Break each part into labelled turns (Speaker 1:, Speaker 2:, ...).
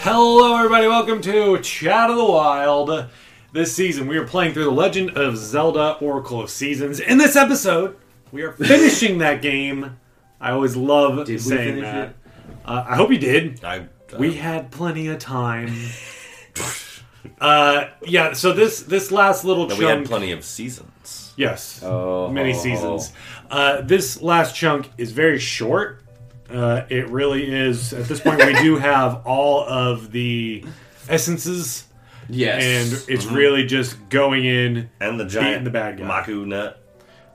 Speaker 1: Hello, everybody. Welcome to Chat of the Wild. This season, we are playing through The Legend of Zelda Oracle of Seasons. In this episode, we are finishing that game. I always love
Speaker 2: we
Speaker 1: saying
Speaker 2: finish
Speaker 1: that. Uh, I hope you did.
Speaker 2: I, um,
Speaker 1: we had plenty of time. uh, yeah, so this this last little
Speaker 2: we had
Speaker 1: chunk.
Speaker 2: plenty of seasons.
Speaker 1: Yes. many seasons. Uh, this last chunk is very short. Uh, it really is. At this point, we do have all of the essences,
Speaker 3: Yes.
Speaker 1: and it's really just going in.
Speaker 2: And the giant
Speaker 1: the bad guy.
Speaker 2: Maku nut.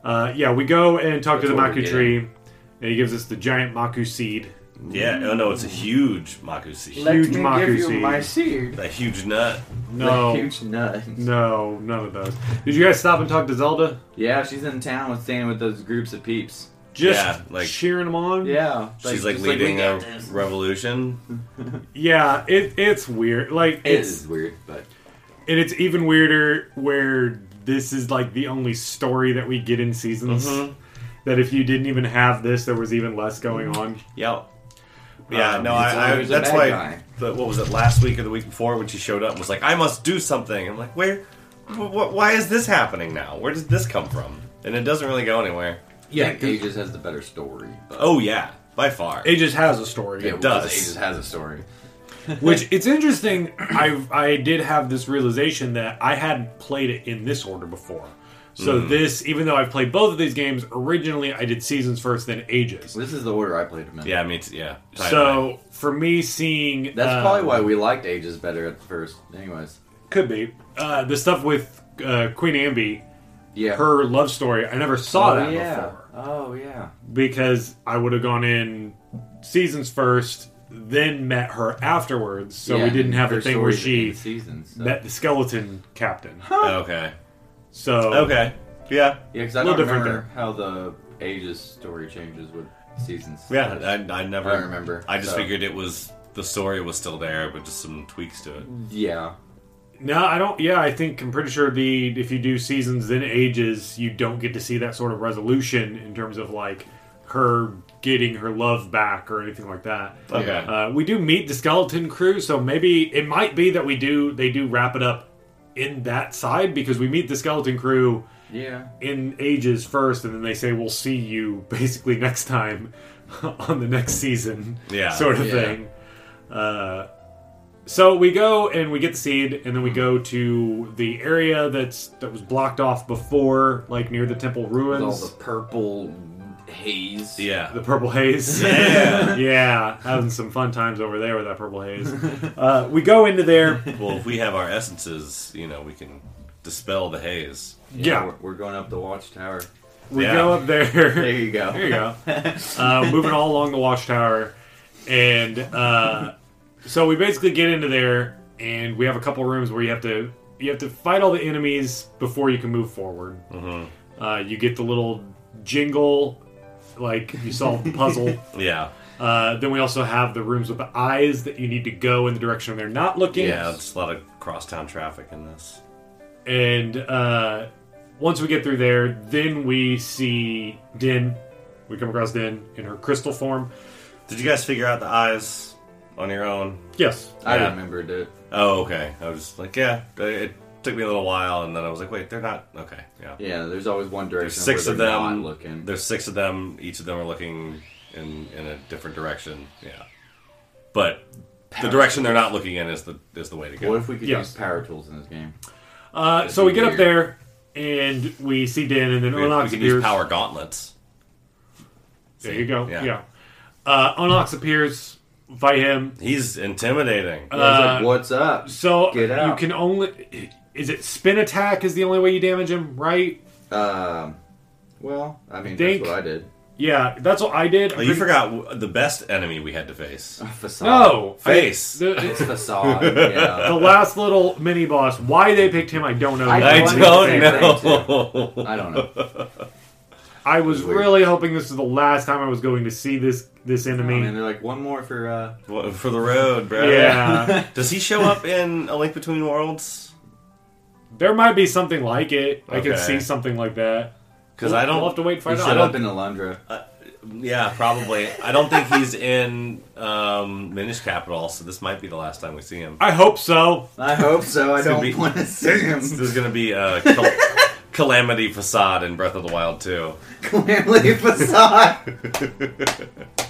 Speaker 1: Uh, yeah, we go and talk to the
Speaker 3: what we're
Speaker 1: Maku tree, and he gives us the giant Maku seed.
Speaker 2: Yeah, oh no, it's a huge Maku seed.
Speaker 1: Huge
Speaker 4: Let me
Speaker 1: Maku
Speaker 4: give you
Speaker 1: seed.
Speaker 4: my seed.
Speaker 2: A huge nut.
Speaker 1: No,
Speaker 4: Huge nut.
Speaker 1: no, none of those. Did you guys stop and talk to Zelda?
Speaker 4: Yeah, she's in town with staying with those groups of peeps.
Speaker 1: Just
Speaker 2: Yeah, like-
Speaker 1: cheering them on.
Speaker 4: Yeah.
Speaker 2: She's like
Speaker 4: just
Speaker 2: leading
Speaker 4: we
Speaker 2: a
Speaker 4: got this.
Speaker 2: revolution.
Speaker 1: yeah. It, it's weird. Like
Speaker 4: It is weird, but
Speaker 1: And it's even weirder where this is like the only story that we get in seasons.
Speaker 4: Mm-hmm.
Speaker 1: That if you didn't even have this, there was even less going on.
Speaker 2: Yeah. Yeah,
Speaker 1: Um,
Speaker 2: no,
Speaker 4: he's
Speaker 2: I, I
Speaker 4: always a
Speaker 2: that's
Speaker 4: bad
Speaker 2: why.
Speaker 4: guy.
Speaker 2: The, what was it last week or the week before when she showed up and was like, "I must do something." I'm like, "Where? Wh- wh- why is this happening now? Where did this come from?" And it doesn't really go anywhere.
Speaker 4: yeah, I think Aegis has the better story. But
Speaker 2: Oh yeah, by far.
Speaker 1: It just has a story,
Speaker 4: Yeah, because
Speaker 2: does.
Speaker 4: Aegis has a story.
Speaker 1: which it's interesting. I I did have this realization that I hadn't played it in this order before. So this, even though I've played both of these games, originally I did seasons first, then ages.
Speaker 4: This is the order I played them in.
Speaker 2: yeah, I mean, it's, yeah. timeline.
Speaker 1: So for me, seeing
Speaker 4: That's
Speaker 1: uh,
Speaker 4: probably why we liked Aegis better at first. Anyways.
Speaker 1: could be uh, the stuff with uh, Queen Ambi,
Speaker 4: Yeah.
Speaker 1: her love story. I never saw
Speaker 4: oh,
Speaker 1: that
Speaker 4: yeah.
Speaker 1: before.
Speaker 4: Oh yeah.
Speaker 1: because I would have gone in seasons first, then met her afterwards. So
Speaker 4: Yeah,
Speaker 1: we didn't have
Speaker 4: her
Speaker 1: the thing where
Speaker 4: story's in
Speaker 1: she
Speaker 4: the season, so.
Speaker 1: met the skeleton captain.
Speaker 2: okay,
Speaker 1: So
Speaker 2: okay, yeah.
Speaker 4: Yeah, because I
Speaker 1: Little
Speaker 4: don't
Speaker 1: different
Speaker 4: remember how the Aegis story changes with seasons.
Speaker 2: Yeah, I, I never.
Speaker 4: I don't remember,
Speaker 2: I just
Speaker 4: so.
Speaker 2: figured it was the story was still there, but just some tweaks to it.
Speaker 4: Mm. Yeah.
Speaker 1: no, I don't. Yeah, I think I'm pretty sure the if you do seasons then ages, you don't get to see that sort of resolution in terms of like her getting her love back or anything like that.
Speaker 2: Okay.
Speaker 1: Uh, we do meet the skeleton crew, so maybe it might be that we do they do wrap it up in that side because we meet the skeleton crew
Speaker 4: Yeah.
Speaker 1: in ages first, and then they say we'll see you basically next time on the next season,
Speaker 2: Yeah.
Speaker 1: sort of
Speaker 4: Yeah.
Speaker 1: thing. Uh, so we go and we get the seed, and then we go to the area that's that was blocked off before, like near the temple
Speaker 4: With all
Speaker 1: ruins,
Speaker 4: the purple haze.
Speaker 2: yeah.
Speaker 1: the purple haze. Yeah, yeah, having some fun times over there with that purple haze. Uh, we go into there.
Speaker 2: well, if we have our essences, you know, we can dispel the haze.
Speaker 1: Yeah,
Speaker 4: We're, we're going up the watchtower.
Speaker 1: we
Speaker 2: Yeah.
Speaker 1: go up there.
Speaker 4: There you go.
Speaker 1: There you go. Uh, moving all along the watchtower, and uh, so we basically get into there, and we have a couple rooms where you have to you have to fight all the enemies before you can move forward.
Speaker 2: Mm-hmm.
Speaker 1: Uh, you get the little jingle, like you solve the puzzle.
Speaker 2: Yeah.
Speaker 1: Uh, then we also have the rooms with the eyes that you need to go in the direction they're not looking.
Speaker 2: Yeah, there's a lot of crosstown traffic in this.
Speaker 1: And uh, once we get through there, then we see Din. We come across Din in her crystal form.
Speaker 2: Did you guys figure out the eyes on your own?
Speaker 1: Yes.
Speaker 4: I
Speaker 2: Yeah.
Speaker 4: remembered it.
Speaker 2: Oh, okay. I was just like, yeah. It took me a little while, and then I was like, wait, they're not. Okay. Yeah.
Speaker 4: Yeah, there's always one direction
Speaker 2: There's six
Speaker 4: where
Speaker 2: of
Speaker 4: they're
Speaker 2: them.
Speaker 4: not looking.
Speaker 2: There's six of them. Each of them are looking in in a different direction. Yeah. But the direction they're not looking in is the is the way to go.
Speaker 4: What if we could
Speaker 1: Yes.
Speaker 4: use power tools in this game?
Speaker 1: Uh, so we get up
Speaker 4: weird.
Speaker 1: there and we see Din, and then
Speaker 2: We, we
Speaker 1: Onox
Speaker 2: can use
Speaker 1: appears.
Speaker 2: power gauntlets.
Speaker 1: There you go. Yeah.
Speaker 2: Yeah.
Speaker 1: Uh, Onox appears. Fight him.
Speaker 2: He's intimidating.
Speaker 4: I was like, what's up?
Speaker 1: So
Speaker 4: Get out.
Speaker 1: you can only is it spin attack is the only way you damage him, right?
Speaker 4: Um, well, I mean,
Speaker 1: Think-
Speaker 4: that's what I did.
Speaker 1: Yeah, that's what I did. I'm
Speaker 2: Oh, you
Speaker 1: pretty-
Speaker 2: forgot w- the best enemy we had to face.
Speaker 4: Facade.
Speaker 1: No, I-
Speaker 2: Face.
Speaker 1: the,
Speaker 4: It's facade. Yeah.
Speaker 1: the last little mini boss. Why they picked him, I don't know.
Speaker 4: I
Speaker 2: I
Speaker 4: Well,
Speaker 2: don't
Speaker 4: mean, it's the same
Speaker 2: know.
Speaker 4: I don't know.
Speaker 1: I was
Speaker 4: Weird.
Speaker 1: really hoping this was the last time I was going to see this this
Speaker 4: I
Speaker 1: enemy.
Speaker 4: mean, they're like one more for. uh
Speaker 2: What- For the road, bro.
Speaker 1: yeah,
Speaker 2: Does he show up in A Link Between Worlds?
Speaker 1: there might be something like it. I could
Speaker 2: Okay.
Speaker 1: see something like that.
Speaker 2: Because I don't.
Speaker 1: We'll have to wait to
Speaker 4: He
Speaker 1: find out. I
Speaker 4: showed
Speaker 1: don't-
Speaker 4: up in Alundra.
Speaker 2: Yeah, probably. I don't think he's in um, Minish Capital, so this might be the last time we see him.
Speaker 1: I hope so.
Speaker 4: I hope so. I
Speaker 2: Could
Speaker 4: don't
Speaker 2: be-
Speaker 4: want to see him.
Speaker 2: There's going to be a cal- Calamity Facade in Breath of the Wild too.
Speaker 4: Clamley facade.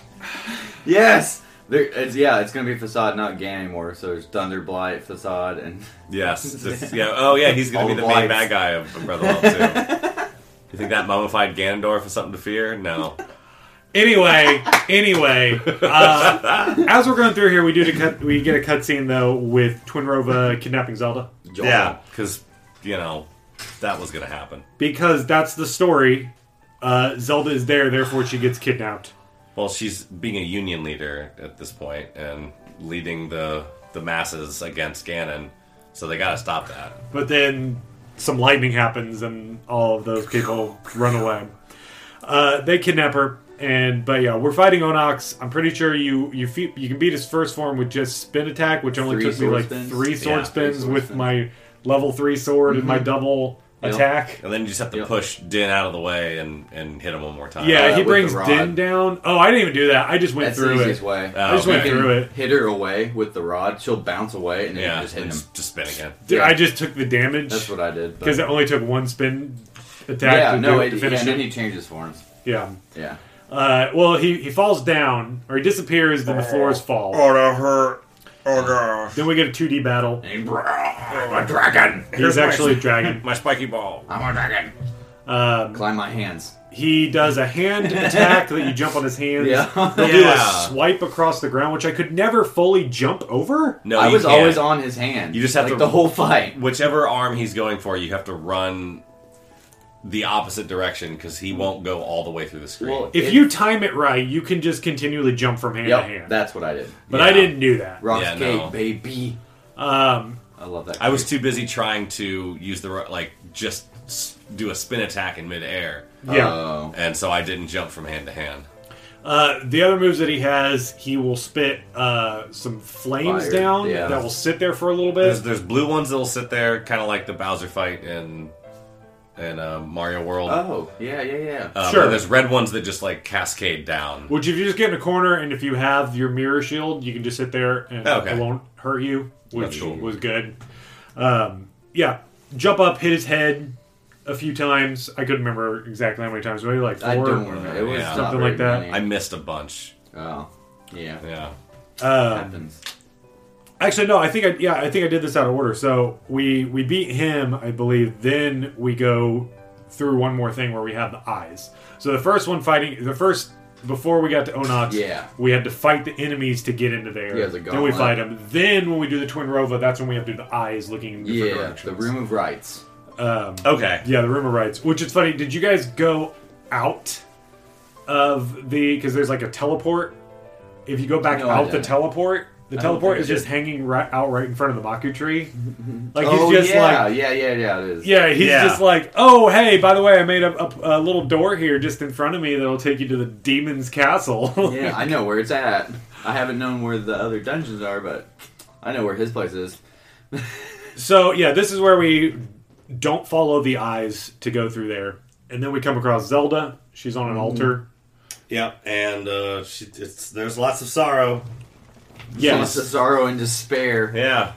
Speaker 4: yes. There, it's, yeah, it's gonna be facade, not Gan anymore. So there's Thunder Blight, facade, and
Speaker 2: Yes. this- yeah. Oh, yeah, he's going
Speaker 4: All
Speaker 2: to be
Speaker 4: the
Speaker 2: the main
Speaker 4: lights.
Speaker 2: bad guy of Breath of the Wild too. You think that mummified Ganondorf is something to fear? No.
Speaker 1: Anyway, anyway, uh, as we're going through here, we do to cut, we get a cutscene though with Twin Rova kidnapping Zelda
Speaker 4: Joel.
Speaker 2: Because, you know, that was going to happen.
Speaker 1: because that's the story. Uh, Zelda is there, therefore she gets kidnapped.
Speaker 2: Well, she's being a union leader at this point and leading the the masses against Ganon, so they got to stop that.
Speaker 1: But then some lightning happens and all of those people run away. Uh, they kidnap her, and but yeah, we're fighting Onox. I'm pretty sure you you fe- you can beat his first form with just spin attack, which only
Speaker 4: Three
Speaker 1: took me
Speaker 4: sword
Speaker 1: like
Speaker 4: spins?
Speaker 1: three sword
Speaker 2: Yeah,
Speaker 1: spins
Speaker 4: three sword
Speaker 1: with
Speaker 4: spins. Mm-hmm.
Speaker 1: my level three sword and my double
Speaker 4: Yep. Uh,
Speaker 1: attack.
Speaker 2: And then you just have to
Speaker 4: Yep.
Speaker 2: push Din out of the way and and hit him one more time.
Speaker 1: Yeah,
Speaker 4: Uh,
Speaker 1: he
Speaker 4: with
Speaker 1: brings
Speaker 4: the rod.
Speaker 1: Din down. Oh, I didn't even do that. I just went
Speaker 4: That's the
Speaker 1: through
Speaker 4: easiest
Speaker 1: it.
Speaker 4: way.
Speaker 2: I just
Speaker 4: You
Speaker 1: went
Speaker 4: can
Speaker 1: through it.
Speaker 4: Hit her away with the rod. She'll bounce away, and then
Speaker 2: yeah,
Speaker 4: you just hit
Speaker 2: and
Speaker 4: him.
Speaker 2: just spin again.
Speaker 1: Dude,
Speaker 4: Yeah.
Speaker 1: I just took the damage
Speaker 4: That's what I did. but-
Speaker 1: because it only took one spin attack
Speaker 4: yeah,
Speaker 1: to,
Speaker 4: no,
Speaker 1: do,
Speaker 4: it,
Speaker 1: to
Speaker 4: yeah,
Speaker 1: finish
Speaker 4: and then
Speaker 1: it.
Speaker 4: he changes forms.
Speaker 1: Yeah.
Speaker 4: Yeah,
Speaker 1: Uh, well, he, he falls down, or he disappears, then the
Speaker 4: Oh.
Speaker 1: floors fall.
Speaker 2: that hurt. Oh gosh.
Speaker 1: Then we get a 2D battle.
Speaker 4: and I'm a dragon.
Speaker 1: He's actually a dragon.
Speaker 2: My spiky ball.
Speaker 4: I'm a dragon.
Speaker 1: Um,
Speaker 4: Climb my hands.
Speaker 1: he does a hand attack that you jump on his hands.
Speaker 4: Yeah.
Speaker 1: He'll do
Speaker 2: Yeah.
Speaker 1: a swipe across the ground, which I could never fully jump over.
Speaker 2: No,
Speaker 4: I
Speaker 2: you
Speaker 4: was
Speaker 2: can't.
Speaker 4: always on his hand.
Speaker 2: You just have
Speaker 4: like
Speaker 2: to-
Speaker 4: the whole fight.
Speaker 2: Whichever arm he's going for, you have to run the opposite direction because he won't go all the way through the screen.
Speaker 4: Well,
Speaker 1: If
Speaker 4: It-
Speaker 1: you time it right, you can just continually jump from hand to
Speaker 4: Yep,
Speaker 1: hand.
Speaker 4: that's what I did.
Speaker 1: but
Speaker 2: yeah.
Speaker 1: I didn't do that.
Speaker 4: Rock
Speaker 2: Yeah,
Speaker 4: skate,
Speaker 2: no.
Speaker 4: baby.
Speaker 1: Um,
Speaker 4: I love that.
Speaker 2: I was too busy trying to use the ro- like just s- do a spin attack in midair,
Speaker 1: yeah.
Speaker 4: Oh.
Speaker 2: and so I didn't jump from hand to hand.
Speaker 1: Uh, the other moves that he has, he will spit uh, some flames
Speaker 4: Fire,
Speaker 1: down
Speaker 4: yeah.
Speaker 1: that will sit there for a little bit.
Speaker 2: There's, there's blue ones that'll sit there, kind of like the Bowser fight in in uh, Mario World.
Speaker 4: Oh, yeah, yeah, yeah.
Speaker 2: Um,
Speaker 1: sure.
Speaker 2: and there's red ones that just like cascade down.
Speaker 1: Which, if you just get in a corner and if you have your mirror shield, you can just sit there and
Speaker 2: Okay.
Speaker 1: it won't hurt you, which
Speaker 2: That's cool.
Speaker 1: was good. Um, yeah, jump up, hit his head a few times. I couldn't remember exactly how many times, maybe like four.
Speaker 4: I don't remember. It was
Speaker 2: uh, Yeah.
Speaker 4: not
Speaker 1: Something
Speaker 4: very
Speaker 1: like that.
Speaker 4: many.
Speaker 2: I missed a bunch.
Speaker 4: Oh, yeah.
Speaker 2: Yeah.
Speaker 1: Um,
Speaker 4: Happens.
Speaker 1: actually, no, I think I yeah, I think I did this out of order. So we we beat him, I believe. Then we go through one more thing where we have the eyes. So the first one fighting the first. Before we got to Onox,
Speaker 4: Yeah.
Speaker 1: we had to fight the enemies to get into there.
Speaker 4: Yeah, the
Speaker 1: then we
Speaker 4: gauntlet.
Speaker 1: fight them. Then when we do the Twin Rova, that's when we have to do the eyes looking in different
Speaker 4: Yeah,
Speaker 1: directions.
Speaker 4: the Room of Rights.
Speaker 1: Um,
Speaker 2: Okay.
Speaker 1: yeah, the Room of Rights. Which is funny. Did you guys go out of the? Because there's like a teleport. If you go back
Speaker 4: No, I
Speaker 1: out the
Speaker 4: didn't.
Speaker 1: teleport, the
Speaker 4: don't
Speaker 1: teleport
Speaker 4: think
Speaker 1: is
Speaker 4: I did.
Speaker 1: just hanging right out right in front of the Maku tree. Like he's
Speaker 4: Oh,
Speaker 1: just
Speaker 4: yeah,
Speaker 1: like.
Speaker 4: yeah, yeah, yeah, it is.
Speaker 1: Yeah, he's
Speaker 2: Yeah.
Speaker 1: just like, oh hey, by the way, I made a, a, a little door here just in front of me that'll take you to the demon's castle.
Speaker 4: Yeah, I know where it's at. I haven't known where the other dungeons are, but I know where his place is.
Speaker 1: So yeah, this is where we don't follow the eyes to go through there, and then we come across Zelda. She's on an
Speaker 4: Mm.
Speaker 1: altar.
Speaker 2: Yeah, and uh, she, it's, there's lots of sorrow.
Speaker 4: Lots of
Speaker 1: Yes,
Speaker 4: sorrow and despair.
Speaker 2: Yeah.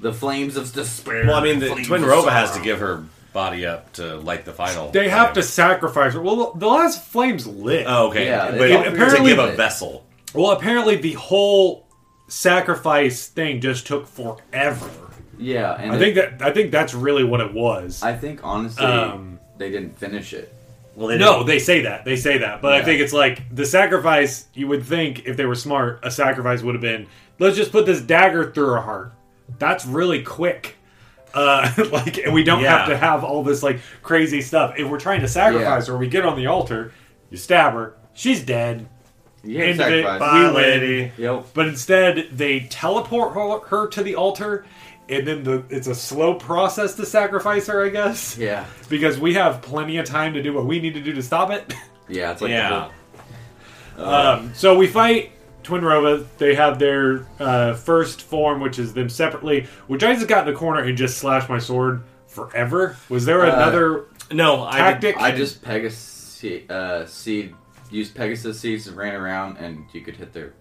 Speaker 4: The flames of despair.
Speaker 2: Well, I mean, the
Speaker 4: Flames
Speaker 2: Twin
Speaker 4: of
Speaker 2: Rova has to
Speaker 4: sorrow.
Speaker 2: give her body up to light the final.
Speaker 1: they have to
Speaker 2: flame.
Speaker 1: sacrifice her. Well, the last flame's lit.
Speaker 2: Oh, okay.
Speaker 4: Yeah,
Speaker 2: but
Speaker 4: they-
Speaker 2: to
Speaker 1: apparently-
Speaker 2: give a vessel.
Speaker 1: Well, apparently the whole sacrifice thing just took forever.
Speaker 4: Yeah, and
Speaker 1: I think that I think that's really what it was.
Speaker 4: I think honestly
Speaker 1: Um,
Speaker 4: they didn't finish it.
Speaker 2: Well, they
Speaker 1: no, they say that. They say that. But I
Speaker 4: Yeah.
Speaker 1: think it's like the sacrifice, you would think if they were smart, a sacrifice would have been let's just put this dagger through her heart. That's really quick. Uh, like, and we don't
Speaker 2: Yeah.
Speaker 1: have to have all this like crazy stuff. If we're trying to sacrifice her, we get on the altar, you stab her, she's dead.
Speaker 4: You
Speaker 1: End
Speaker 4: can't
Speaker 1: of it.
Speaker 4: sacrifice.
Speaker 1: Bye.
Speaker 2: Bye,
Speaker 1: win.
Speaker 2: lady.
Speaker 4: Yep.
Speaker 1: But instead, they teleport her- her to the altar, and then the, it's a slow process to sacrifice her, I guess.
Speaker 4: Yeah.
Speaker 1: Because we have plenty of time to do what we need to do to stop it.
Speaker 4: Yeah. It's like
Speaker 2: Yeah.
Speaker 1: Um, so we fight Twin Rova. They have their uh, first form, which is them separately, which I just got in the corner and just slashed my sword forever. Was there
Speaker 4: Uh,
Speaker 1: another
Speaker 2: No, I
Speaker 1: tactic?
Speaker 4: I just Pegasus uh, seed used Pegasus seeds and ran around, and you could hit their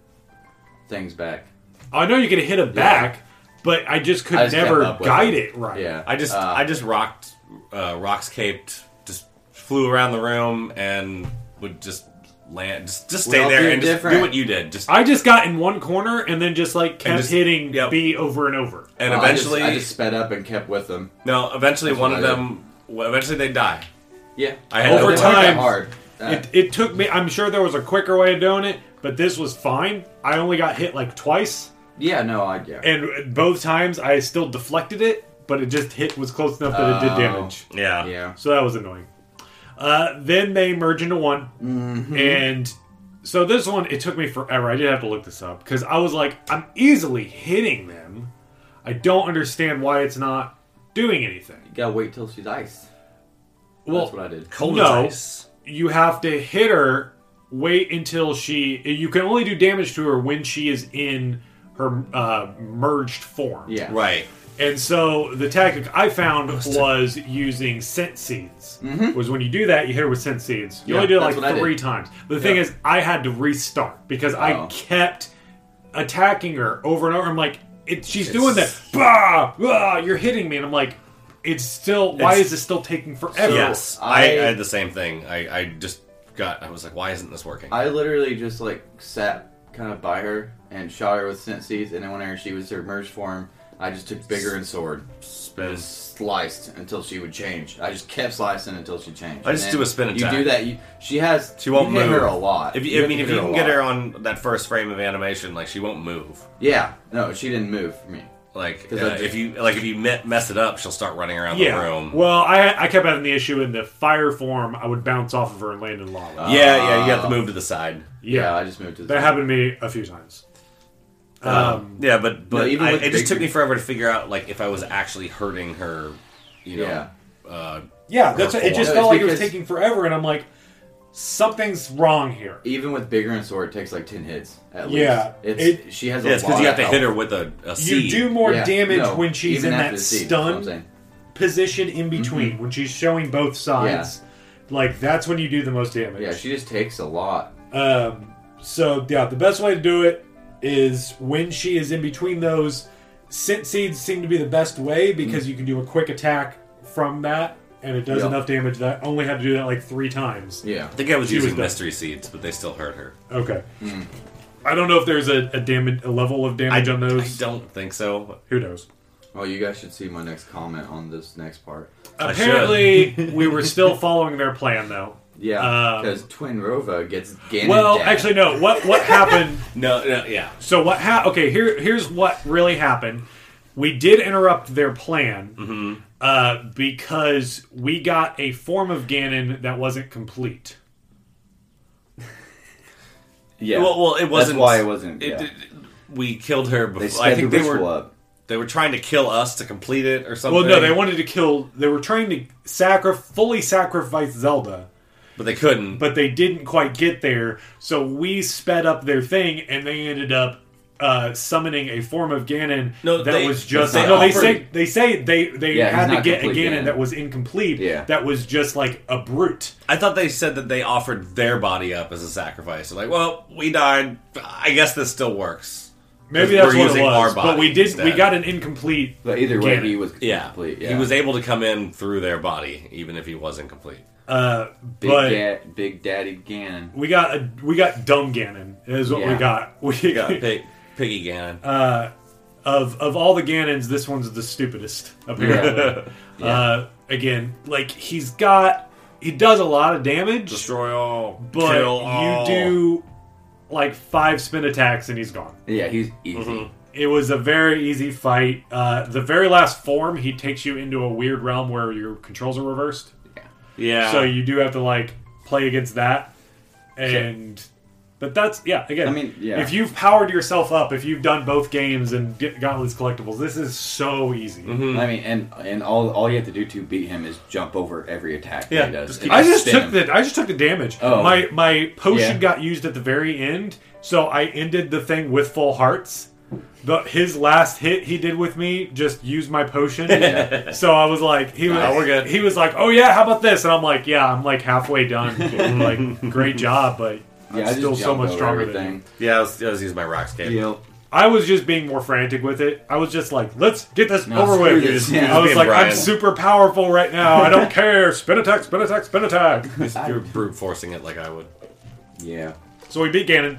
Speaker 4: things back.
Speaker 1: I know you could hit him back, but I just could
Speaker 4: I just
Speaker 1: never
Speaker 4: kept up with
Speaker 1: guide
Speaker 4: him.
Speaker 1: it right.
Speaker 4: Yeah,
Speaker 2: I just
Speaker 4: Uh,
Speaker 2: I just rocked uh, rocks caped, just flew around the room and would just land just just
Speaker 4: We
Speaker 2: stay
Speaker 4: all do
Speaker 2: there and just
Speaker 4: different.
Speaker 2: do what you did. Just
Speaker 1: I just got in one corner and then just like kept
Speaker 2: just-
Speaker 1: hitting
Speaker 2: yep.
Speaker 1: B over and over.
Speaker 2: and
Speaker 4: well, I just-
Speaker 2: eventually
Speaker 4: I just, sped up and kept with them.
Speaker 2: no, eventually
Speaker 4: That's
Speaker 2: one
Speaker 4: what
Speaker 2: of
Speaker 4: I did.
Speaker 2: them well, eventually they die.
Speaker 4: Yeah,
Speaker 2: I had
Speaker 4: They
Speaker 1: Over
Speaker 4: worked
Speaker 1: time-
Speaker 4: that hard. Uh,
Speaker 1: It, it took me. I'm sure there was a quicker way of doing it, but this was fine. I only got hit like twice,
Speaker 4: yeah, no, I yeah.
Speaker 1: and both times I still deflected it, but it just hit was close enough that it did
Speaker 4: Oh.
Speaker 1: damage.
Speaker 2: Yeah.
Speaker 4: yeah.
Speaker 1: So that was annoying. Uh, then they merge into one, and so this one it took me forever. I did have to look this up because I was like, I'm easily hitting them. I don't understand why it's not doing anything.
Speaker 4: You gotta wait till she's iced.
Speaker 1: Well,
Speaker 4: That's what I did.
Speaker 2: Cold
Speaker 1: No.
Speaker 2: as ice.
Speaker 1: you have to hit her wait until she you can only do damage to her when she is in her uh, merged form
Speaker 4: Yeah,
Speaker 2: Right.
Speaker 1: and so the tactic i found was using scent seeds was when you do that you hit her with scent seeds you
Speaker 4: Mm-hmm. Yeah,
Speaker 1: only do it
Speaker 4: that's
Speaker 1: like
Speaker 4: what I
Speaker 1: three
Speaker 4: did.
Speaker 1: times the thing
Speaker 2: Yeah.
Speaker 1: is i had to restart because i
Speaker 4: Oh.
Speaker 1: kept attacking her over and over i'm like it, she's
Speaker 2: It's-
Speaker 1: doing that bah, bah, you're hitting me and i'm like it's still why
Speaker 2: It's-
Speaker 1: is this still taking forever
Speaker 2: yes. I, I
Speaker 4: I-
Speaker 2: had the same thing. I, I just got I was like, why isn't this working?
Speaker 4: I literally just like sat kind of by her and shot her with scent seeds, and then whenever she was her merged form, I just took bigger and sword,
Speaker 2: Spin.
Speaker 4: just sliced until she would change. I just kept slicing until she changed.
Speaker 2: I just
Speaker 4: And
Speaker 2: do
Speaker 4: then
Speaker 2: a spin attack.
Speaker 4: You do that. You, she has.
Speaker 2: She won't
Speaker 4: you hit
Speaker 2: move.
Speaker 4: her a lot.
Speaker 2: If you, I
Speaker 4: have
Speaker 2: mean
Speaker 4: to
Speaker 2: if
Speaker 4: hit
Speaker 2: you can get
Speaker 4: a
Speaker 2: her
Speaker 4: lot.
Speaker 2: on that first frame of animation, like she won't move.
Speaker 4: Yeah. No, she didn't move for me.
Speaker 2: Like uh,
Speaker 4: 'Cause I just-
Speaker 2: if you like if you me- mess it up, she'll start running around the room.
Speaker 1: Well, I I kept having the issue in the fire form. I would bounce off of her and land in lava.
Speaker 2: Uh, Yeah, yeah, you have
Speaker 4: uh,
Speaker 2: to move to the side.
Speaker 4: Yeah,
Speaker 1: yeah,
Speaker 4: I just moved to. The
Speaker 1: that happened to me a few times. Um,
Speaker 2: Yeah, but but
Speaker 4: even
Speaker 2: I,
Speaker 4: with
Speaker 2: it just
Speaker 4: big-
Speaker 2: took me forever to figure out like if I was actually hurting her. You know,
Speaker 4: Yeah.
Speaker 2: uh,
Speaker 1: yeah, that's
Speaker 2: Or
Speaker 1: it. Just
Speaker 4: form.
Speaker 1: felt like it was
Speaker 4: Because-
Speaker 1: taking forever, and I'm like, something's wrong here.
Speaker 4: Even with bigger and sword, it takes like ten hits at
Speaker 1: Yeah,
Speaker 4: least.
Speaker 1: it-
Speaker 4: it's she has.
Speaker 2: yeah,
Speaker 4: a
Speaker 2: it's
Speaker 4: lot
Speaker 2: because you have to
Speaker 4: of
Speaker 2: hit her
Speaker 4: health.
Speaker 2: with a, a
Speaker 1: You
Speaker 2: seed.
Speaker 1: do more
Speaker 4: Yeah,
Speaker 1: damage
Speaker 4: no,
Speaker 1: when she's
Speaker 4: even
Speaker 1: in
Speaker 4: after
Speaker 1: that
Speaker 4: the seed, that's what I'm
Speaker 1: stun
Speaker 4: saying. Mm-hmm.
Speaker 1: position in between when she's showing both sides. Like that's when you do the most damage.
Speaker 4: Yeah, she just takes a lot.
Speaker 1: Um, so yeah, the best way to do it is when she is in between those. Scent seeds seem to be the best way because
Speaker 2: Mm-hmm.
Speaker 1: you can do a quick attack from that, and it does
Speaker 4: Yeah.
Speaker 1: enough damage that I only had to do that like three times.
Speaker 4: Yeah.
Speaker 2: I think I was
Speaker 1: She was
Speaker 2: using
Speaker 1: done.
Speaker 2: mystery seeds, but they still hurt her.
Speaker 1: Okay. I don't know if there's a, a damage a level of
Speaker 2: Mm. I,
Speaker 1: damage on
Speaker 2: I
Speaker 1: those.
Speaker 2: don't think so.
Speaker 1: Who knows?
Speaker 4: Well, you guys should see my next comment on this next part.
Speaker 2: I should.
Speaker 1: Apparently, we were still following their plan though.
Speaker 4: Yeah,
Speaker 1: Um,
Speaker 4: because Twin Rova gets Ganon.
Speaker 1: Well, actually, no. What what happened?
Speaker 2: No, no, yeah.
Speaker 1: So what? Ha- okay, here here's what really happened. We did interrupt their plan uh, because we got a form of Ganon that wasn't complete.
Speaker 4: yeah.
Speaker 2: Well, well, it wasn't.
Speaker 4: That's why it wasn't.
Speaker 2: it-
Speaker 4: yeah.
Speaker 2: it- we killed her before.
Speaker 4: they
Speaker 2: I
Speaker 4: sped
Speaker 2: think
Speaker 4: the
Speaker 2: they
Speaker 4: ritual
Speaker 2: were
Speaker 4: up.
Speaker 2: they were trying to kill us to complete it or something.
Speaker 1: Well, no, they wanted to kill. They were trying to sacri- fully sacrifice Zelda,
Speaker 2: but they couldn't.
Speaker 1: but they didn't quite get there. So we sped up their thing, and they ended up. Uh, summoning a form of Ganon
Speaker 2: No,
Speaker 1: that
Speaker 2: they-
Speaker 1: was just
Speaker 2: they
Speaker 1: no. They
Speaker 2: offered-
Speaker 1: say they say they they
Speaker 4: Yeah,
Speaker 1: had
Speaker 4: he's
Speaker 1: to
Speaker 4: not
Speaker 1: get a
Speaker 4: complete
Speaker 1: Ganon
Speaker 4: Ganon.
Speaker 1: that was incomplete.
Speaker 4: Yeah.
Speaker 1: that was just like a brute.
Speaker 2: I thought they said that they offered their body up as a sacrifice. They're like, well, we died. I guess this still works.
Speaker 1: Maybe
Speaker 2: 'Cause
Speaker 1: that's
Speaker 2: we're
Speaker 1: what it
Speaker 2: using
Speaker 1: was.
Speaker 2: our
Speaker 1: But we
Speaker 2: bodies
Speaker 1: did. We
Speaker 2: instead.
Speaker 1: got an incomplete.
Speaker 4: But either way,
Speaker 1: Ganon.
Speaker 4: he was
Speaker 2: Yeah.
Speaker 4: complete. Yeah.
Speaker 2: He was able to come in through their body, even if he wasn't complete.
Speaker 1: Uh,
Speaker 4: big,
Speaker 1: but
Speaker 4: da- big Daddy Ganon.
Speaker 1: we got a we got dumb Ganon is what we
Speaker 4: Yeah.
Speaker 1: got. We
Speaker 2: He got pig, Piggy Ganon.
Speaker 1: Uh, of of all the Ganons, this one's the stupidest apparently. Uh, again, like he's got he does a lot of damage,
Speaker 2: Destroy all.
Speaker 1: but
Speaker 2: kill all.
Speaker 1: you do like five spin attacks and he's gone.
Speaker 4: Yeah, he's easy.
Speaker 1: It was a very easy fight. Uh, the very last form, he takes you into a weird realm where your controls are reversed.
Speaker 3: Yeah.
Speaker 1: So you do have to like play against that, and but that's yeah. Again,
Speaker 4: I mean, yeah.
Speaker 1: if you've powered yourself up, if you've done both games and get, gotten these collectibles, this is so easy.
Speaker 4: I mean, and and all all you have to do to beat him is jump over every attack that
Speaker 2: Yeah,
Speaker 4: he does.
Speaker 2: just
Speaker 4: and
Speaker 2: keep-
Speaker 1: I just
Speaker 4: spin
Speaker 1: took
Speaker 4: him.
Speaker 1: the I just took the damage.
Speaker 4: Oh.
Speaker 1: My my potion
Speaker 4: Yeah.
Speaker 1: got used at the very end, so I ended the thing with full hearts. The his last hit he did with me just used my potion.
Speaker 4: Yeah.
Speaker 1: So I was like, he was
Speaker 2: Nah, we're good.
Speaker 1: he was like, oh yeah, how about this? And I'm like, yeah, I'm like halfway done. dude. like great job, but I'm
Speaker 4: Yeah, I just
Speaker 1: still so
Speaker 4: jumped
Speaker 1: much
Speaker 4: over
Speaker 1: stronger than you.
Speaker 4: everything.
Speaker 2: Yeah, I was, I was using my rock scape.
Speaker 4: Yep.
Speaker 1: I was just being more frantic with it. I was just like, let's get this
Speaker 4: No,
Speaker 1: over
Speaker 4: screw
Speaker 1: with.
Speaker 4: this, yeah.
Speaker 1: I was
Speaker 2: Being
Speaker 1: like, I'm
Speaker 2: Brian.
Speaker 1: super powerful right now. I don't care. Spin attack, spin attack, spin attack.
Speaker 2: You're brute forcing it like I would.
Speaker 4: Yeah.
Speaker 1: So we beat Ganon,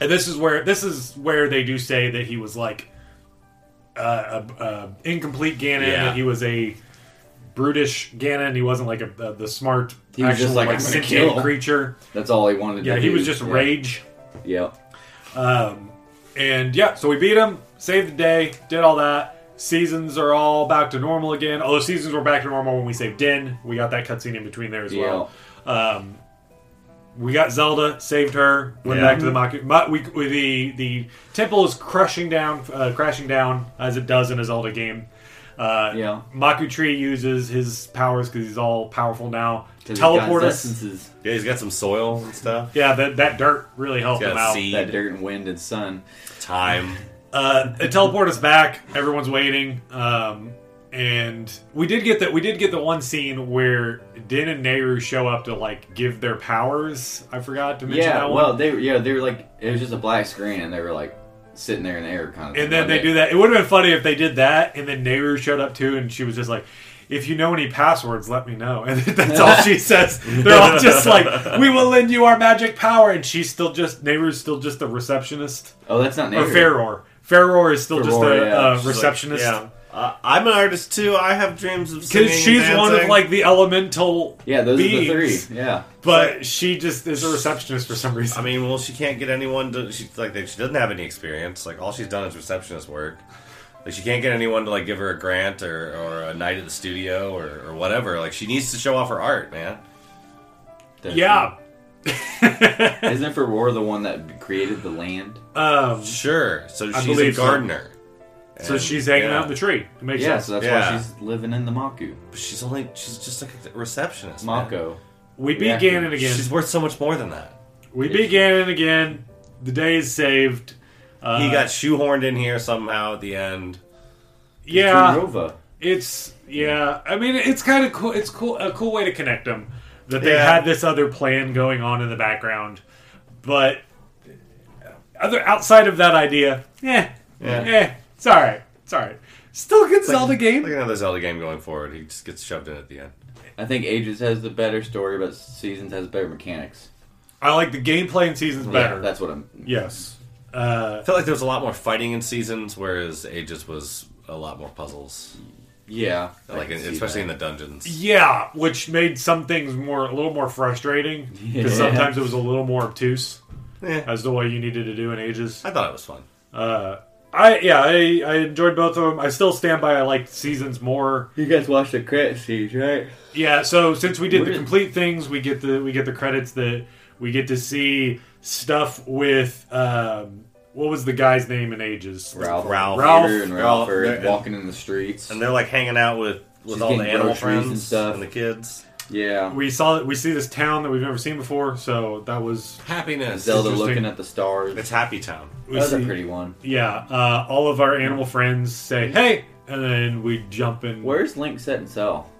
Speaker 1: and this is where this is where they do say that he was like uh, a, a incomplete Ganon,
Speaker 2: Yeah.
Speaker 1: that he was a brutish Ganon. He wasn't like a, a the smart,
Speaker 4: He was
Speaker 1: actual
Speaker 4: just like,
Speaker 1: like,
Speaker 4: "I'm gonna
Speaker 1: sentient
Speaker 4: kill."
Speaker 1: creature.
Speaker 4: That's all he wanted to
Speaker 1: Yeah,
Speaker 4: do.
Speaker 1: he was just
Speaker 4: yeah.
Speaker 1: rage.
Speaker 4: Yep.
Speaker 1: Um, and yeah, so we beat him, saved the day, did all that. Seasons are all back to normal again. Although seasons were back to normal when we saved Din, we got that cutscene in between there as well. Um, we got Zelda, saved her, went
Speaker 2: Yeah.
Speaker 1: back to the Maku. Ma- we, we, the the temple is crushing down, uh, crashing down as it does in a Zelda game. Uh,
Speaker 4: Yeah.
Speaker 1: Maku Tree uses his powers because he's all powerful now.
Speaker 4: Because
Speaker 1: Teleport
Speaker 4: he's got
Speaker 1: us.
Speaker 4: essences,
Speaker 2: Yeah, he's got some soil and stuff.
Speaker 1: Yeah, that, that dirt really helped
Speaker 2: He's
Speaker 1: him
Speaker 2: got
Speaker 1: out.
Speaker 2: seed,
Speaker 4: That dirt and wind and sun.
Speaker 2: time.
Speaker 1: uh, it teleport us back. Everyone's waiting, um, and we did get that. We did get the one scene where Din and Nehru show up to like give their powers. I forgot to mention
Speaker 4: Yeah.
Speaker 1: that one.
Speaker 4: Well, they were. Yeah, they were like it was just a black screen, and they were like sitting there in the air kind of.
Speaker 1: and then they do that. It would have been funny if they did that, and then Nehru showed up too, and she was just like. If you know any passwords, let me know. And that's all she says. They're all just like, "We will lend you our magic power," and she's still just Nehru's still just the receptionist
Speaker 4: Oh, that's not Nehru.
Speaker 1: or Ferror. Ferror is still just
Speaker 4: Ferror,
Speaker 1: the
Speaker 4: yeah.
Speaker 1: uh,
Speaker 4: She's
Speaker 2: She's like,
Speaker 1: receptionist.
Speaker 2: yeah. Uh, I'm an artist too. I have dreams of singing.
Speaker 1: because she's
Speaker 2: and
Speaker 1: one of
Speaker 2: dancing."
Speaker 1: like the elemental
Speaker 4: Yeah, those
Speaker 1: beings,
Speaker 4: are the three. Yeah.
Speaker 1: but she just is a receptionist for some reason
Speaker 2: I mean, well, she can't get anyone to. She's like, she doesn't have any experience. Like, all she's done is receptionist work. Like, she can't get anyone to like give her a grant or, or a night at the studio or, or whatever. Like, she needs to show off her art, man.
Speaker 4: That's-
Speaker 1: yeah
Speaker 4: Isn't Ferror the one that created the land?
Speaker 1: um,
Speaker 2: Sure. So
Speaker 1: I
Speaker 2: she's a
Speaker 1: believe so.
Speaker 2: gardener.
Speaker 1: so
Speaker 2: And,
Speaker 1: she's hanging
Speaker 2: yeah.
Speaker 1: out in the tree it makes
Speaker 4: Yeah,
Speaker 1: sense
Speaker 4: so that's
Speaker 2: Yeah.
Speaker 4: why she's living in the Maku.
Speaker 2: But she's only. She's just like a receptionist. man.
Speaker 4: Mako.
Speaker 1: we beat
Speaker 4: Yeah.
Speaker 1: Ganon again
Speaker 2: She's worth so much more than that.
Speaker 1: we beat Ganon again the day is saved uh,
Speaker 2: he got shoehorned in here somehow at the end.
Speaker 1: yeah
Speaker 4: Kurova.
Speaker 1: it's yeah I mean it's kind of cool it's cool a cool way to connect them that they
Speaker 2: Yeah.
Speaker 1: had this other plan going on in the background but other outside of that idea eh
Speaker 2: Yeah.
Speaker 1: eh it's alright it's alright still a good Zelda game
Speaker 2: Like another Zelda game going forward. He just gets shoved in at the end.
Speaker 4: I think Ages has the better story, but Seasons has better mechanics.
Speaker 1: I like the gameplay in seasons better.
Speaker 4: Yeah, that's what I'm.
Speaker 1: yes. Uh,
Speaker 2: I felt like there was a lot more fighting in seasons, whereas Aegis was a lot more puzzles,
Speaker 4: Yeah, I
Speaker 2: like
Speaker 4: can
Speaker 2: in,
Speaker 4: see
Speaker 2: especially in
Speaker 4: that.
Speaker 2: the dungeons.
Speaker 1: yeah, which made some things more a little more frustrating
Speaker 4: Yeah.
Speaker 1: because sometimes it was a little more obtuse
Speaker 2: Yeah,
Speaker 1: as to what you needed to do in ages.
Speaker 2: I thought it was fun.
Speaker 1: Uh, I yeah, I, I enjoyed both of them. I still stand by I liked seasons more.
Speaker 4: You guys watched the credit siege, right?
Speaker 1: Yeah, so since we did
Speaker 4: Where
Speaker 1: the
Speaker 4: did-
Speaker 1: complete things, we get the we get the credits that we get to see stuff with um, what was the guy's name in ages?
Speaker 4: Ralph,
Speaker 2: Ralph.
Speaker 4: Ralph, and Ralph
Speaker 2: Ralph,
Speaker 4: are
Speaker 2: they're-
Speaker 4: walking in the streets.
Speaker 2: And they're like hanging out with with
Speaker 4: She's
Speaker 2: all the
Speaker 4: getting
Speaker 2: animal
Speaker 4: groceries
Speaker 2: friends
Speaker 4: and
Speaker 2: and,
Speaker 4: stuff.
Speaker 2: the kids.
Speaker 4: yeah,
Speaker 1: We saw we see this town that we've never seen before, so that was
Speaker 2: Happiness.
Speaker 4: Zelda
Speaker 1: interesting.
Speaker 4: looking at the stars.
Speaker 2: It's Happy Town.
Speaker 1: we
Speaker 4: that was a
Speaker 1: see-
Speaker 4: pretty one.
Speaker 1: Yeah, uh, all of our animal friends say hey, and then we jump in.
Speaker 4: Where's Link set and sell?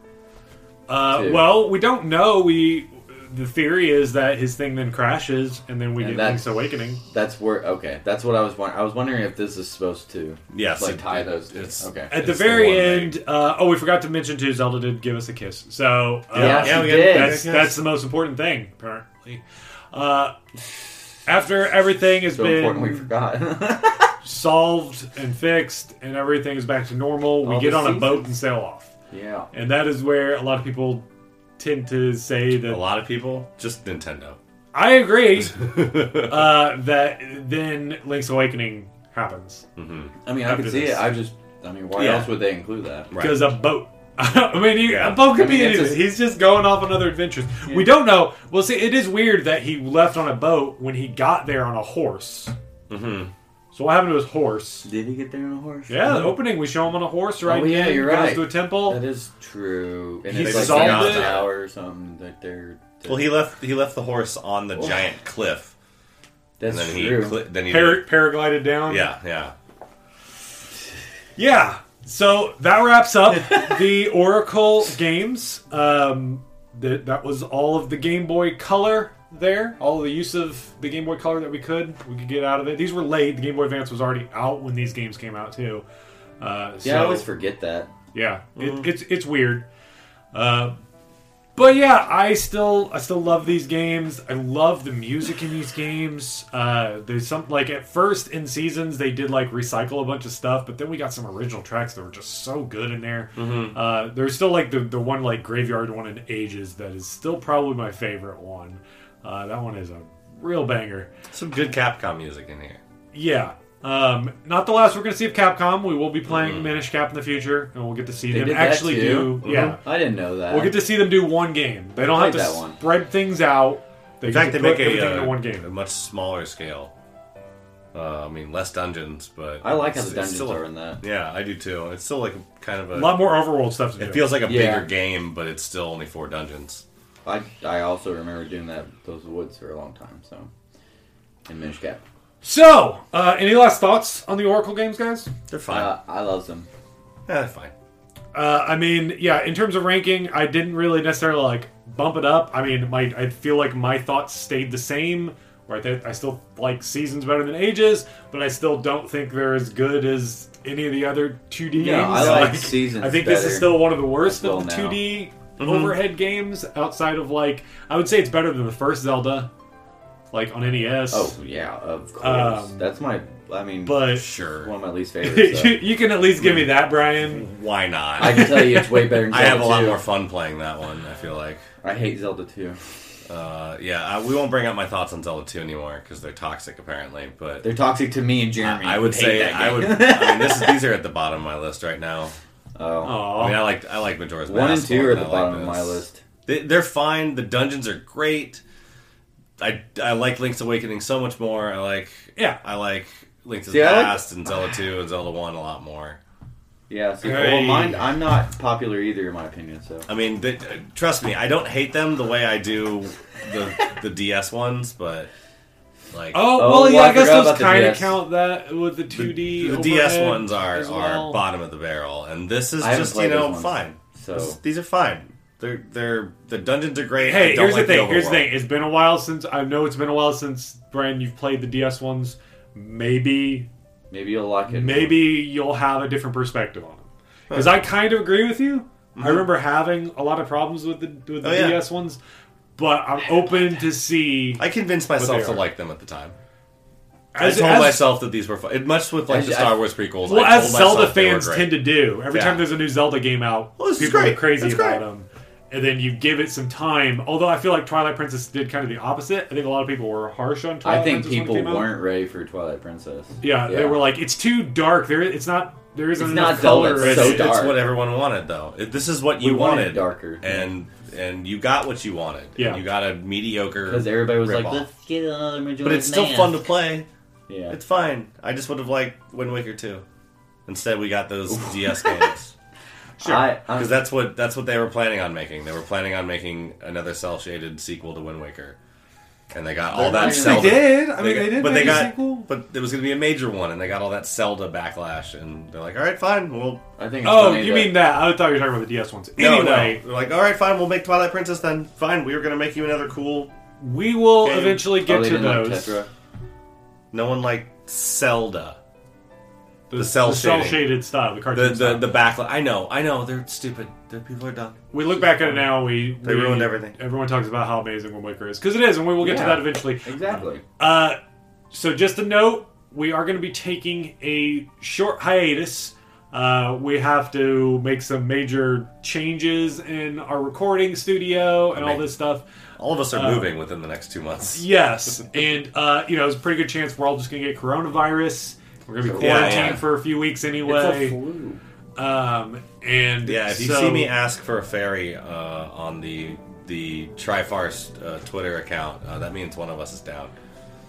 Speaker 1: Uh,
Speaker 4: to?
Speaker 1: well, we don't know. We the theory is that his thing then crashes, and then we
Speaker 4: And
Speaker 1: get Link's
Speaker 4: that's-
Speaker 1: awakening.
Speaker 4: That's where. Okay, that's what I was wondering. I was wondering if this is supposed to
Speaker 2: Yes,
Speaker 4: like
Speaker 2: it-
Speaker 4: tie those. two.
Speaker 2: it's-
Speaker 4: okay.
Speaker 1: At the
Speaker 2: It's the
Speaker 1: very
Speaker 2: one they-
Speaker 1: end, uh, oh, we forgot to mention too. Zelda did give us a kiss, so uh,
Speaker 4: Yeah,
Speaker 2: yeah,
Speaker 4: she
Speaker 2: we got-
Speaker 4: did.
Speaker 1: that's that's the most important thing apparently. Uh, after everything has
Speaker 4: so
Speaker 1: been
Speaker 4: important we forgot.
Speaker 1: solved and fixed, and everything is back to normal, we
Speaker 4: All
Speaker 1: get
Speaker 4: the
Speaker 1: on a boat
Speaker 4: seasons.
Speaker 1: and sail off.
Speaker 4: yeah.
Speaker 1: And that is where a lot of people tend to say
Speaker 2: A
Speaker 1: that
Speaker 2: lot of people, just Nintendo.
Speaker 1: I agree uh, that then Link's Awakening happens
Speaker 4: I mean, I
Speaker 1: After
Speaker 4: could see
Speaker 1: this.
Speaker 4: it. I just, I mean, why
Speaker 1: Yeah.
Speaker 4: else would they include that?
Speaker 2: Right.
Speaker 1: because a boat. I mean, he,
Speaker 2: Yeah.
Speaker 1: a boat could
Speaker 4: I mean,
Speaker 1: be
Speaker 4: it's
Speaker 1: anything.
Speaker 4: a-
Speaker 1: He's just going off on other adventures. We don't know. Well, see, it is weird that he left on a boat when he got there on a horse. Mm-hmm. So what happened to his horse?
Speaker 4: Did he get there on a horse?
Speaker 1: Yeah, the opening we show him on a horse right
Speaker 4: Oh, yeah,
Speaker 1: in,
Speaker 4: you're
Speaker 1: goes
Speaker 4: right.
Speaker 1: to a temple.
Speaker 4: That is true. And
Speaker 1: He
Speaker 4: it's like
Speaker 1: solved
Speaker 4: the
Speaker 1: it.
Speaker 4: tower or something that they're. that-
Speaker 2: Well, he left. He left the horse on the giant cliff,
Speaker 4: that's
Speaker 2: and then
Speaker 4: true.
Speaker 2: he cli- then he
Speaker 1: Par- paraglided down.
Speaker 2: yeah yeah.
Speaker 1: Yeah. So that wraps up the Oracle games. Um, that that was all of the Game Boy Color there. All the use of the Game Boy Color that we could we could get out of it. These were late. The Game Boy Advance was already out when these games came out too. Uh, so,
Speaker 4: yeah, I always forget that.
Speaker 1: yeah, it, it's it's weird. Uh, but yeah, I still I still love these games. I love the music in these games. Uh, there's some like at first in seasons they did like recycle a bunch of stuff, but then we got some original tracks that were just so good in there. Uh, there's still like the the one like graveyard one in ages that is still probably my favorite one. Uh, that one is a real banger.
Speaker 2: Some good Capcom music in here.
Speaker 1: Yeah. Um, not the last we're going to see of Capcom. We will be playing Minish Cap in the future, and we'll get to see
Speaker 4: Mm-hmm. They
Speaker 1: them
Speaker 4: did that
Speaker 1: actually do.
Speaker 4: too? Mm-hmm.
Speaker 1: Yeah,
Speaker 4: I didn't know that.
Speaker 1: we'll get to see them do one game. They don't have
Speaker 4: played
Speaker 1: to
Speaker 4: that one.
Speaker 1: spread things out. They
Speaker 2: In fact, they
Speaker 1: just
Speaker 2: make
Speaker 1: put everything
Speaker 2: a,
Speaker 1: into
Speaker 2: uh,
Speaker 1: one
Speaker 2: a
Speaker 1: game.
Speaker 2: much smaller scale. Uh, I mean, less dungeons, but
Speaker 4: I like how
Speaker 2: it's-
Speaker 4: the
Speaker 2: it's
Speaker 4: dungeons
Speaker 2: still a-
Speaker 4: are in that.
Speaker 2: Yeah, I do too. It's still like a- kind of
Speaker 1: A
Speaker 2: a.
Speaker 1: lot more overworld stuff to do.
Speaker 2: it feels like a
Speaker 4: Yeah.
Speaker 2: bigger game, but it's still only four dungeons.
Speaker 4: I, I also remember doing that those woods for a long time. So, in Minish Cap,
Speaker 1: so, uh, any last thoughts on the Oracle games, guys?
Speaker 2: They're fine.
Speaker 4: uh, I love them.
Speaker 2: yeah, they're fine.
Speaker 1: Uh, I mean, yeah, in terms of ranking, I didn't really necessarily like bump it up. I mean, my I feel like my thoughts stayed the same. Right, that I still like seasons better than ages, but I still don't think they're as good as any of the other 2D
Speaker 4: No,
Speaker 1: games.
Speaker 4: I like Seasons
Speaker 1: I think this
Speaker 4: better
Speaker 1: is still one of the worst
Speaker 4: as well
Speaker 1: of the
Speaker 4: now. Mm-hmm.
Speaker 1: 2D overhead games outside of like I would say it's better than the first Zelda, like on E NES.
Speaker 4: Oh yeah, of course.
Speaker 1: Um,
Speaker 4: That's my. I mean,
Speaker 1: but
Speaker 4: one
Speaker 2: Sure.
Speaker 4: of my least favorites. so.
Speaker 1: you, you can at least give me that, Brian.
Speaker 2: Why not?
Speaker 4: I can tell you, it's way better. Than
Speaker 2: I
Speaker 4: Zelda
Speaker 2: have a lot
Speaker 4: 2.
Speaker 2: more fun playing that one. I feel like.
Speaker 4: I hate Zelda 2.
Speaker 2: Uh, yeah, I, we won't bring up my thoughts on Zelda 2 anymore because they're toxic apparently. But
Speaker 4: They're toxic to me and Jeremy.
Speaker 2: I, I would
Speaker 4: Hate
Speaker 2: say
Speaker 4: that
Speaker 2: I
Speaker 4: game.
Speaker 2: would. I mean, this is, these are at the bottom of my list right now.
Speaker 4: Oh.
Speaker 2: I
Speaker 1: Aw.
Speaker 2: mean, I like I like Majora's
Speaker 4: One and
Speaker 2: Mask more
Speaker 4: two are at
Speaker 2: than
Speaker 4: the
Speaker 2: I like
Speaker 4: bottom of my
Speaker 2: this.
Speaker 4: list.
Speaker 2: They, they're fine. The dungeons are great. I, I like Link's Awakening so much more. I like
Speaker 1: Yeah.
Speaker 2: I like Link's
Speaker 4: See, I like-
Speaker 2: Past and Zelda 2 and Zelda 1 a lot more.
Speaker 4: Yeah, see,
Speaker 1: Hey.
Speaker 4: well, mine, I'm not popular either, in my opinion, so.
Speaker 2: I mean, they, uh, trust me, I don't hate them the way I do the the DS ones, but like
Speaker 1: Oh,
Speaker 4: Oh,
Speaker 1: well, yeah,
Speaker 4: well, I
Speaker 1: I guess
Speaker 4: forgot
Speaker 1: those
Speaker 4: about the
Speaker 1: kind of
Speaker 4: DS.
Speaker 1: count that with the 2D.
Speaker 2: the, the
Speaker 1: overhead
Speaker 2: DS ones are
Speaker 1: as
Speaker 2: are
Speaker 1: well.
Speaker 2: bottom of the barrel, and this is
Speaker 4: I haven't
Speaker 2: just you
Speaker 4: played those
Speaker 2: know
Speaker 4: ones,
Speaker 2: fine.
Speaker 4: so-
Speaker 2: This- these are fine. They're they're the dungeons are great.
Speaker 1: Hey,
Speaker 2: I don't
Speaker 1: here's
Speaker 2: like
Speaker 1: the thing. here's the
Speaker 2: overworld.
Speaker 1: thing. It's been a while since I know it's been a while since Brian. You've played the DS ones. Maybe,
Speaker 4: Maybe you'll like it.
Speaker 1: maybe you'll have a different perspective on them. Because I kind of agree with you. I remember having a lot of problems with the with the
Speaker 2: Mm-hmm. Oh, yeah.
Speaker 1: DS ones, but I'm open to see.
Speaker 2: I convinced
Speaker 1: But
Speaker 2: myself
Speaker 1: they
Speaker 2: to
Speaker 1: are.
Speaker 2: like them at the time.
Speaker 1: as-
Speaker 2: I told
Speaker 1: as-
Speaker 2: myself that these were fun. It, much with like
Speaker 4: As-
Speaker 2: the Star
Speaker 4: as-
Speaker 2: Wars prequels.
Speaker 1: Well,
Speaker 2: I
Speaker 1: as
Speaker 2: told myself
Speaker 1: Zelda
Speaker 2: they were
Speaker 1: fans
Speaker 2: great.
Speaker 1: tend to do, every
Speaker 2: Yeah.
Speaker 1: time there's a new Zelda game out,
Speaker 2: Well, this is
Speaker 1: people are
Speaker 2: great.
Speaker 1: crazy
Speaker 2: That's
Speaker 1: about
Speaker 2: great.
Speaker 1: them. And then you give it some time. Although I feel like Twilight Princess did kind of the opposite. I think a lot of people were harsh on Twilight
Speaker 4: I think
Speaker 1: Princess when it
Speaker 4: people
Speaker 1: came out.
Speaker 4: weren't ready for Twilight Princess.
Speaker 1: Yeah, they
Speaker 4: Yeah.
Speaker 1: were like, it's too dark. There, it's not. There isn't
Speaker 4: It's
Speaker 1: enough
Speaker 4: not dull,
Speaker 1: color.
Speaker 4: it's
Speaker 1: in
Speaker 4: so
Speaker 1: it."
Speaker 4: dark.
Speaker 2: It's what everyone wanted, though. It, this is what
Speaker 4: We
Speaker 2: you
Speaker 4: wanted
Speaker 2: wanted,
Speaker 4: darker.
Speaker 2: and and you got what you wanted.
Speaker 1: Yeah.
Speaker 2: you got a mediocre
Speaker 4: Because everybody was like,
Speaker 2: ripoff.
Speaker 4: let's get another Majora's
Speaker 2: but it's still
Speaker 4: Mask."
Speaker 2: fun to play.
Speaker 4: Yeah.
Speaker 2: It's fine. I just would have liked Wind Waker two. Instead, we got those DS games
Speaker 1: Sure.
Speaker 4: I, I'm-
Speaker 2: because that's what that's what they were planning on making. They were planning on making another cell shaded sequel to Wind Waker, and they got all
Speaker 4: I mean,
Speaker 2: that.
Speaker 4: they
Speaker 2: Zelda.
Speaker 1: did. I mean,
Speaker 2: got-
Speaker 1: they did
Speaker 2: But
Speaker 1: make
Speaker 2: they
Speaker 1: a
Speaker 2: got.
Speaker 1: sequel.
Speaker 2: But there was going to be a major one, and they got all that Zelda backlash, and they're like, "All right, fine, we'll."
Speaker 4: I think it's
Speaker 1: oh,
Speaker 4: funny
Speaker 1: you
Speaker 4: that-
Speaker 1: mean that? I thought you were talking about the DS ones.
Speaker 2: No, no.
Speaker 1: anyway,
Speaker 2: they're like, "All right, fine, we'll make Twilight Princess then. Fine, we were going to make you another cool."
Speaker 1: we will
Speaker 2: Okay.
Speaker 1: eventually
Speaker 4: Oh,
Speaker 1: get
Speaker 4: they
Speaker 1: to
Speaker 4: didn't like
Speaker 1: those.
Speaker 4: Tetra.
Speaker 2: No one liked Zelda.
Speaker 1: the,
Speaker 2: cell shading.
Speaker 1: shaded style, the cartoon
Speaker 2: The the
Speaker 1: style.
Speaker 2: the backlash. I know, I know. They're stupid. The people are dumb.
Speaker 1: We look back at it now. We
Speaker 2: They
Speaker 1: we-
Speaker 2: ruined everything.
Speaker 1: Everyone talks about how amazing Wind Waker is because it is, and we will get to
Speaker 4: Yeah.
Speaker 1: that eventually.
Speaker 4: Exactly.
Speaker 1: Uh, so just a note: we are going to be taking a short hiatus. Uh, we have to make some major changes in our recording studio and all
Speaker 2: mean-
Speaker 1: this stuff.
Speaker 2: All of us are moving within the next two months.
Speaker 1: Yes, and uh, you know, it's a pretty good chance we're all just going to get coronavirus. We're gonna be
Speaker 2: Yeah,
Speaker 1: quarantined
Speaker 2: yeah.
Speaker 1: for a few weeks
Speaker 4: It's a
Speaker 1: anyway.
Speaker 4: flu.
Speaker 1: Um, and
Speaker 2: Yeah, if you
Speaker 1: so-
Speaker 2: see me ask for a ferry uh, on the the Trifarce uh, Twitter account, uh, that means one of us is down.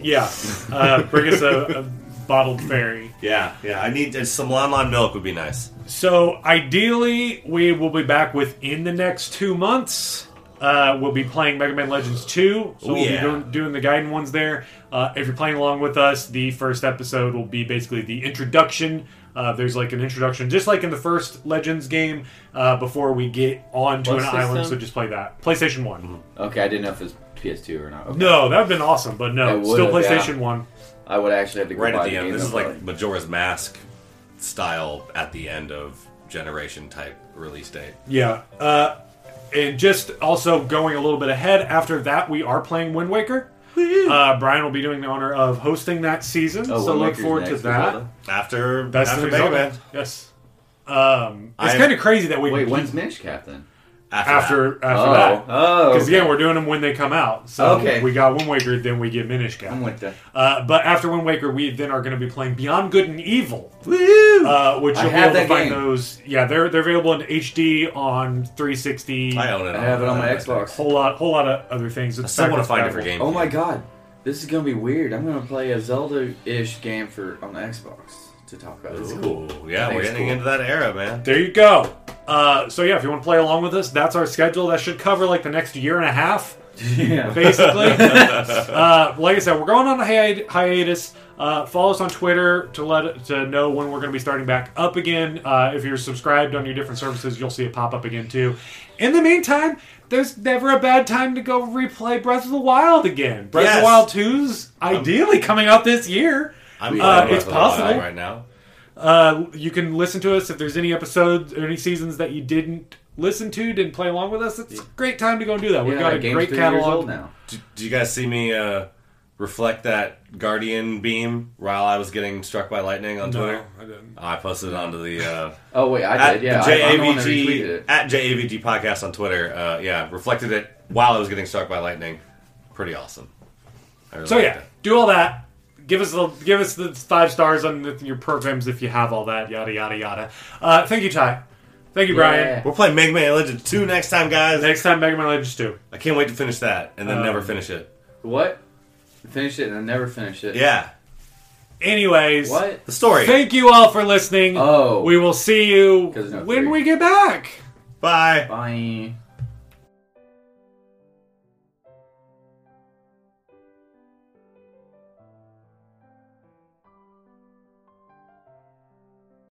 Speaker 1: yeah, uh, bring us a, a bottled fairy.
Speaker 2: Yeah, yeah. I need uh, some lamon milk would be nice.
Speaker 1: So ideally, we will be back within the next two months. Uh, we'll be playing Mega Man Legends 2, so
Speaker 2: Oh,
Speaker 1: we'll
Speaker 2: yeah.
Speaker 1: be doing, doing the Gaiden ones there. Uh, if you're playing along with us, the first episode will be basically the introduction. Uh, there's like an introduction, just like in the first Legends game, uh, before we get onto
Speaker 4: What
Speaker 1: an island.
Speaker 4: system?
Speaker 1: So just play that PlayStation One.
Speaker 4: Okay, I didn't know if it was PS2 or not. Okay.
Speaker 1: No, that'd been awesome, but no,
Speaker 4: It
Speaker 1: still
Speaker 4: would've, yeah.
Speaker 1: PlayStation One.
Speaker 4: I would actually have to go
Speaker 2: Right
Speaker 4: buy
Speaker 2: at the end,
Speaker 4: game
Speaker 2: this
Speaker 4: though,
Speaker 2: is like
Speaker 4: probably.
Speaker 2: Majora's Mask style at the end of generation type release date.
Speaker 1: Yeah. Uh, and just also going a little bit ahead, after that, we are playing Wind Waker. Uh, Brian will be doing the honor of hosting that season,
Speaker 4: Oh,
Speaker 1: so
Speaker 4: Wind
Speaker 1: look
Speaker 4: Waker's
Speaker 1: forward to
Speaker 4: next,
Speaker 1: that.
Speaker 4: Zelda.
Speaker 2: After
Speaker 1: That's
Speaker 2: after
Speaker 1: the
Speaker 2: Mega
Speaker 1: Zelda.
Speaker 2: Man,
Speaker 1: Yes. Um, it's
Speaker 2: I-
Speaker 1: kind of crazy that we
Speaker 4: Wait, when's Minish Cap then?
Speaker 2: after, that.
Speaker 1: after after
Speaker 4: Oh,
Speaker 1: that.
Speaker 4: oh,
Speaker 1: Because
Speaker 4: okay.
Speaker 1: again, we're doing them when they come out. So
Speaker 4: Okay.
Speaker 1: we got Wind Waker, then we get Minish Cap.
Speaker 4: I'm with that.
Speaker 1: Uh, but after Wind Waker, we then are going to be playing Beyond Good and Evil,
Speaker 4: Woo!
Speaker 1: uh, which
Speaker 4: I
Speaker 1: you'll be
Speaker 4: have
Speaker 1: able to
Speaker 4: that
Speaker 1: find
Speaker 4: game.
Speaker 1: those. Yeah, they're they're available in HD on 360.
Speaker 2: I own it.
Speaker 4: I have it on my
Speaker 2: Uh,
Speaker 4: Xbox.
Speaker 1: whole lot, whole lot of other things. It's
Speaker 2: I still want to
Speaker 1: backwards
Speaker 2: find it for
Speaker 1: compatible.
Speaker 4: Oh
Speaker 2: game.
Speaker 4: my god, this is gonna be weird. I'm gonna play a Zelda-ish game for on the Xbox to talk about. It's cool.
Speaker 2: Ooh, yeah,
Speaker 4: think
Speaker 2: we're
Speaker 4: it's
Speaker 2: getting
Speaker 4: cool.
Speaker 2: into that era, man.
Speaker 1: There you go. Uh, so yeah, if you want to play along with us, that's our schedule. That should cover like the next year and a half,
Speaker 4: Yeah.
Speaker 1: basically. uh, like I said, we're going on a hi- hiatus. Uh, follow us on Twitter to let to know when we're going to be starting back up again. Uh, if you're subscribed on your different services, you'll see it pop up again too. In the meantime, there's never a bad time to go replay Breath of the Wild again. Breath of
Speaker 2: Yes. Um,
Speaker 1: the Wild 2's ideally coming out this year.
Speaker 2: I'm
Speaker 4: Uh,
Speaker 2: playing Breath
Speaker 1: it's
Speaker 2: of the Wild
Speaker 1: possible.
Speaker 2: right now.
Speaker 1: Uh, you can listen to us if there's any episodes or any seasons that you didn't listen to, didn't play along with us. It's a great time to go and do that. We've
Speaker 4: Yeah,
Speaker 1: got
Speaker 4: that
Speaker 1: a
Speaker 4: game's
Speaker 1: great
Speaker 4: three years
Speaker 1: catalog.
Speaker 4: old now.
Speaker 2: Do, do you guys see me uh, reflect that guardian beam while I was getting struck by lightning on Twitter?
Speaker 1: I didn't.
Speaker 2: I posted it onto the uh,
Speaker 4: Oh wait, I
Speaker 2: at
Speaker 4: did. Yeah, I, I'm the one that retweeted
Speaker 2: JAVG
Speaker 4: it.
Speaker 2: at JAVG podcast on Twitter. Uh, yeah, reflected it while I was getting struck by lightning. Pretty awesome. I really
Speaker 1: So
Speaker 2: liked
Speaker 1: yeah,
Speaker 2: it.
Speaker 1: do all that. Give us the give us the five stars on the, your programs if you have all that. Yada yada yada. Uh, thank you, Ty. Thank you, Brian.
Speaker 4: Yeah.
Speaker 2: we're playing Mega Man Legends two next time, guys.
Speaker 1: Mm-hmm. Next time, Mega Man Legends two.
Speaker 2: I can't wait to finish that and then
Speaker 1: Um,
Speaker 2: never finish it.
Speaker 4: What? Finish it and I never finished it.
Speaker 2: Yeah,
Speaker 1: Anyways,
Speaker 4: What?
Speaker 2: the story.
Speaker 1: Thank you all for listening.
Speaker 4: Oh.
Speaker 1: we will see you
Speaker 4: 'Cause there's no
Speaker 1: when
Speaker 4: three.
Speaker 1: we get back.
Speaker 2: Bye.
Speaker 4: Bye.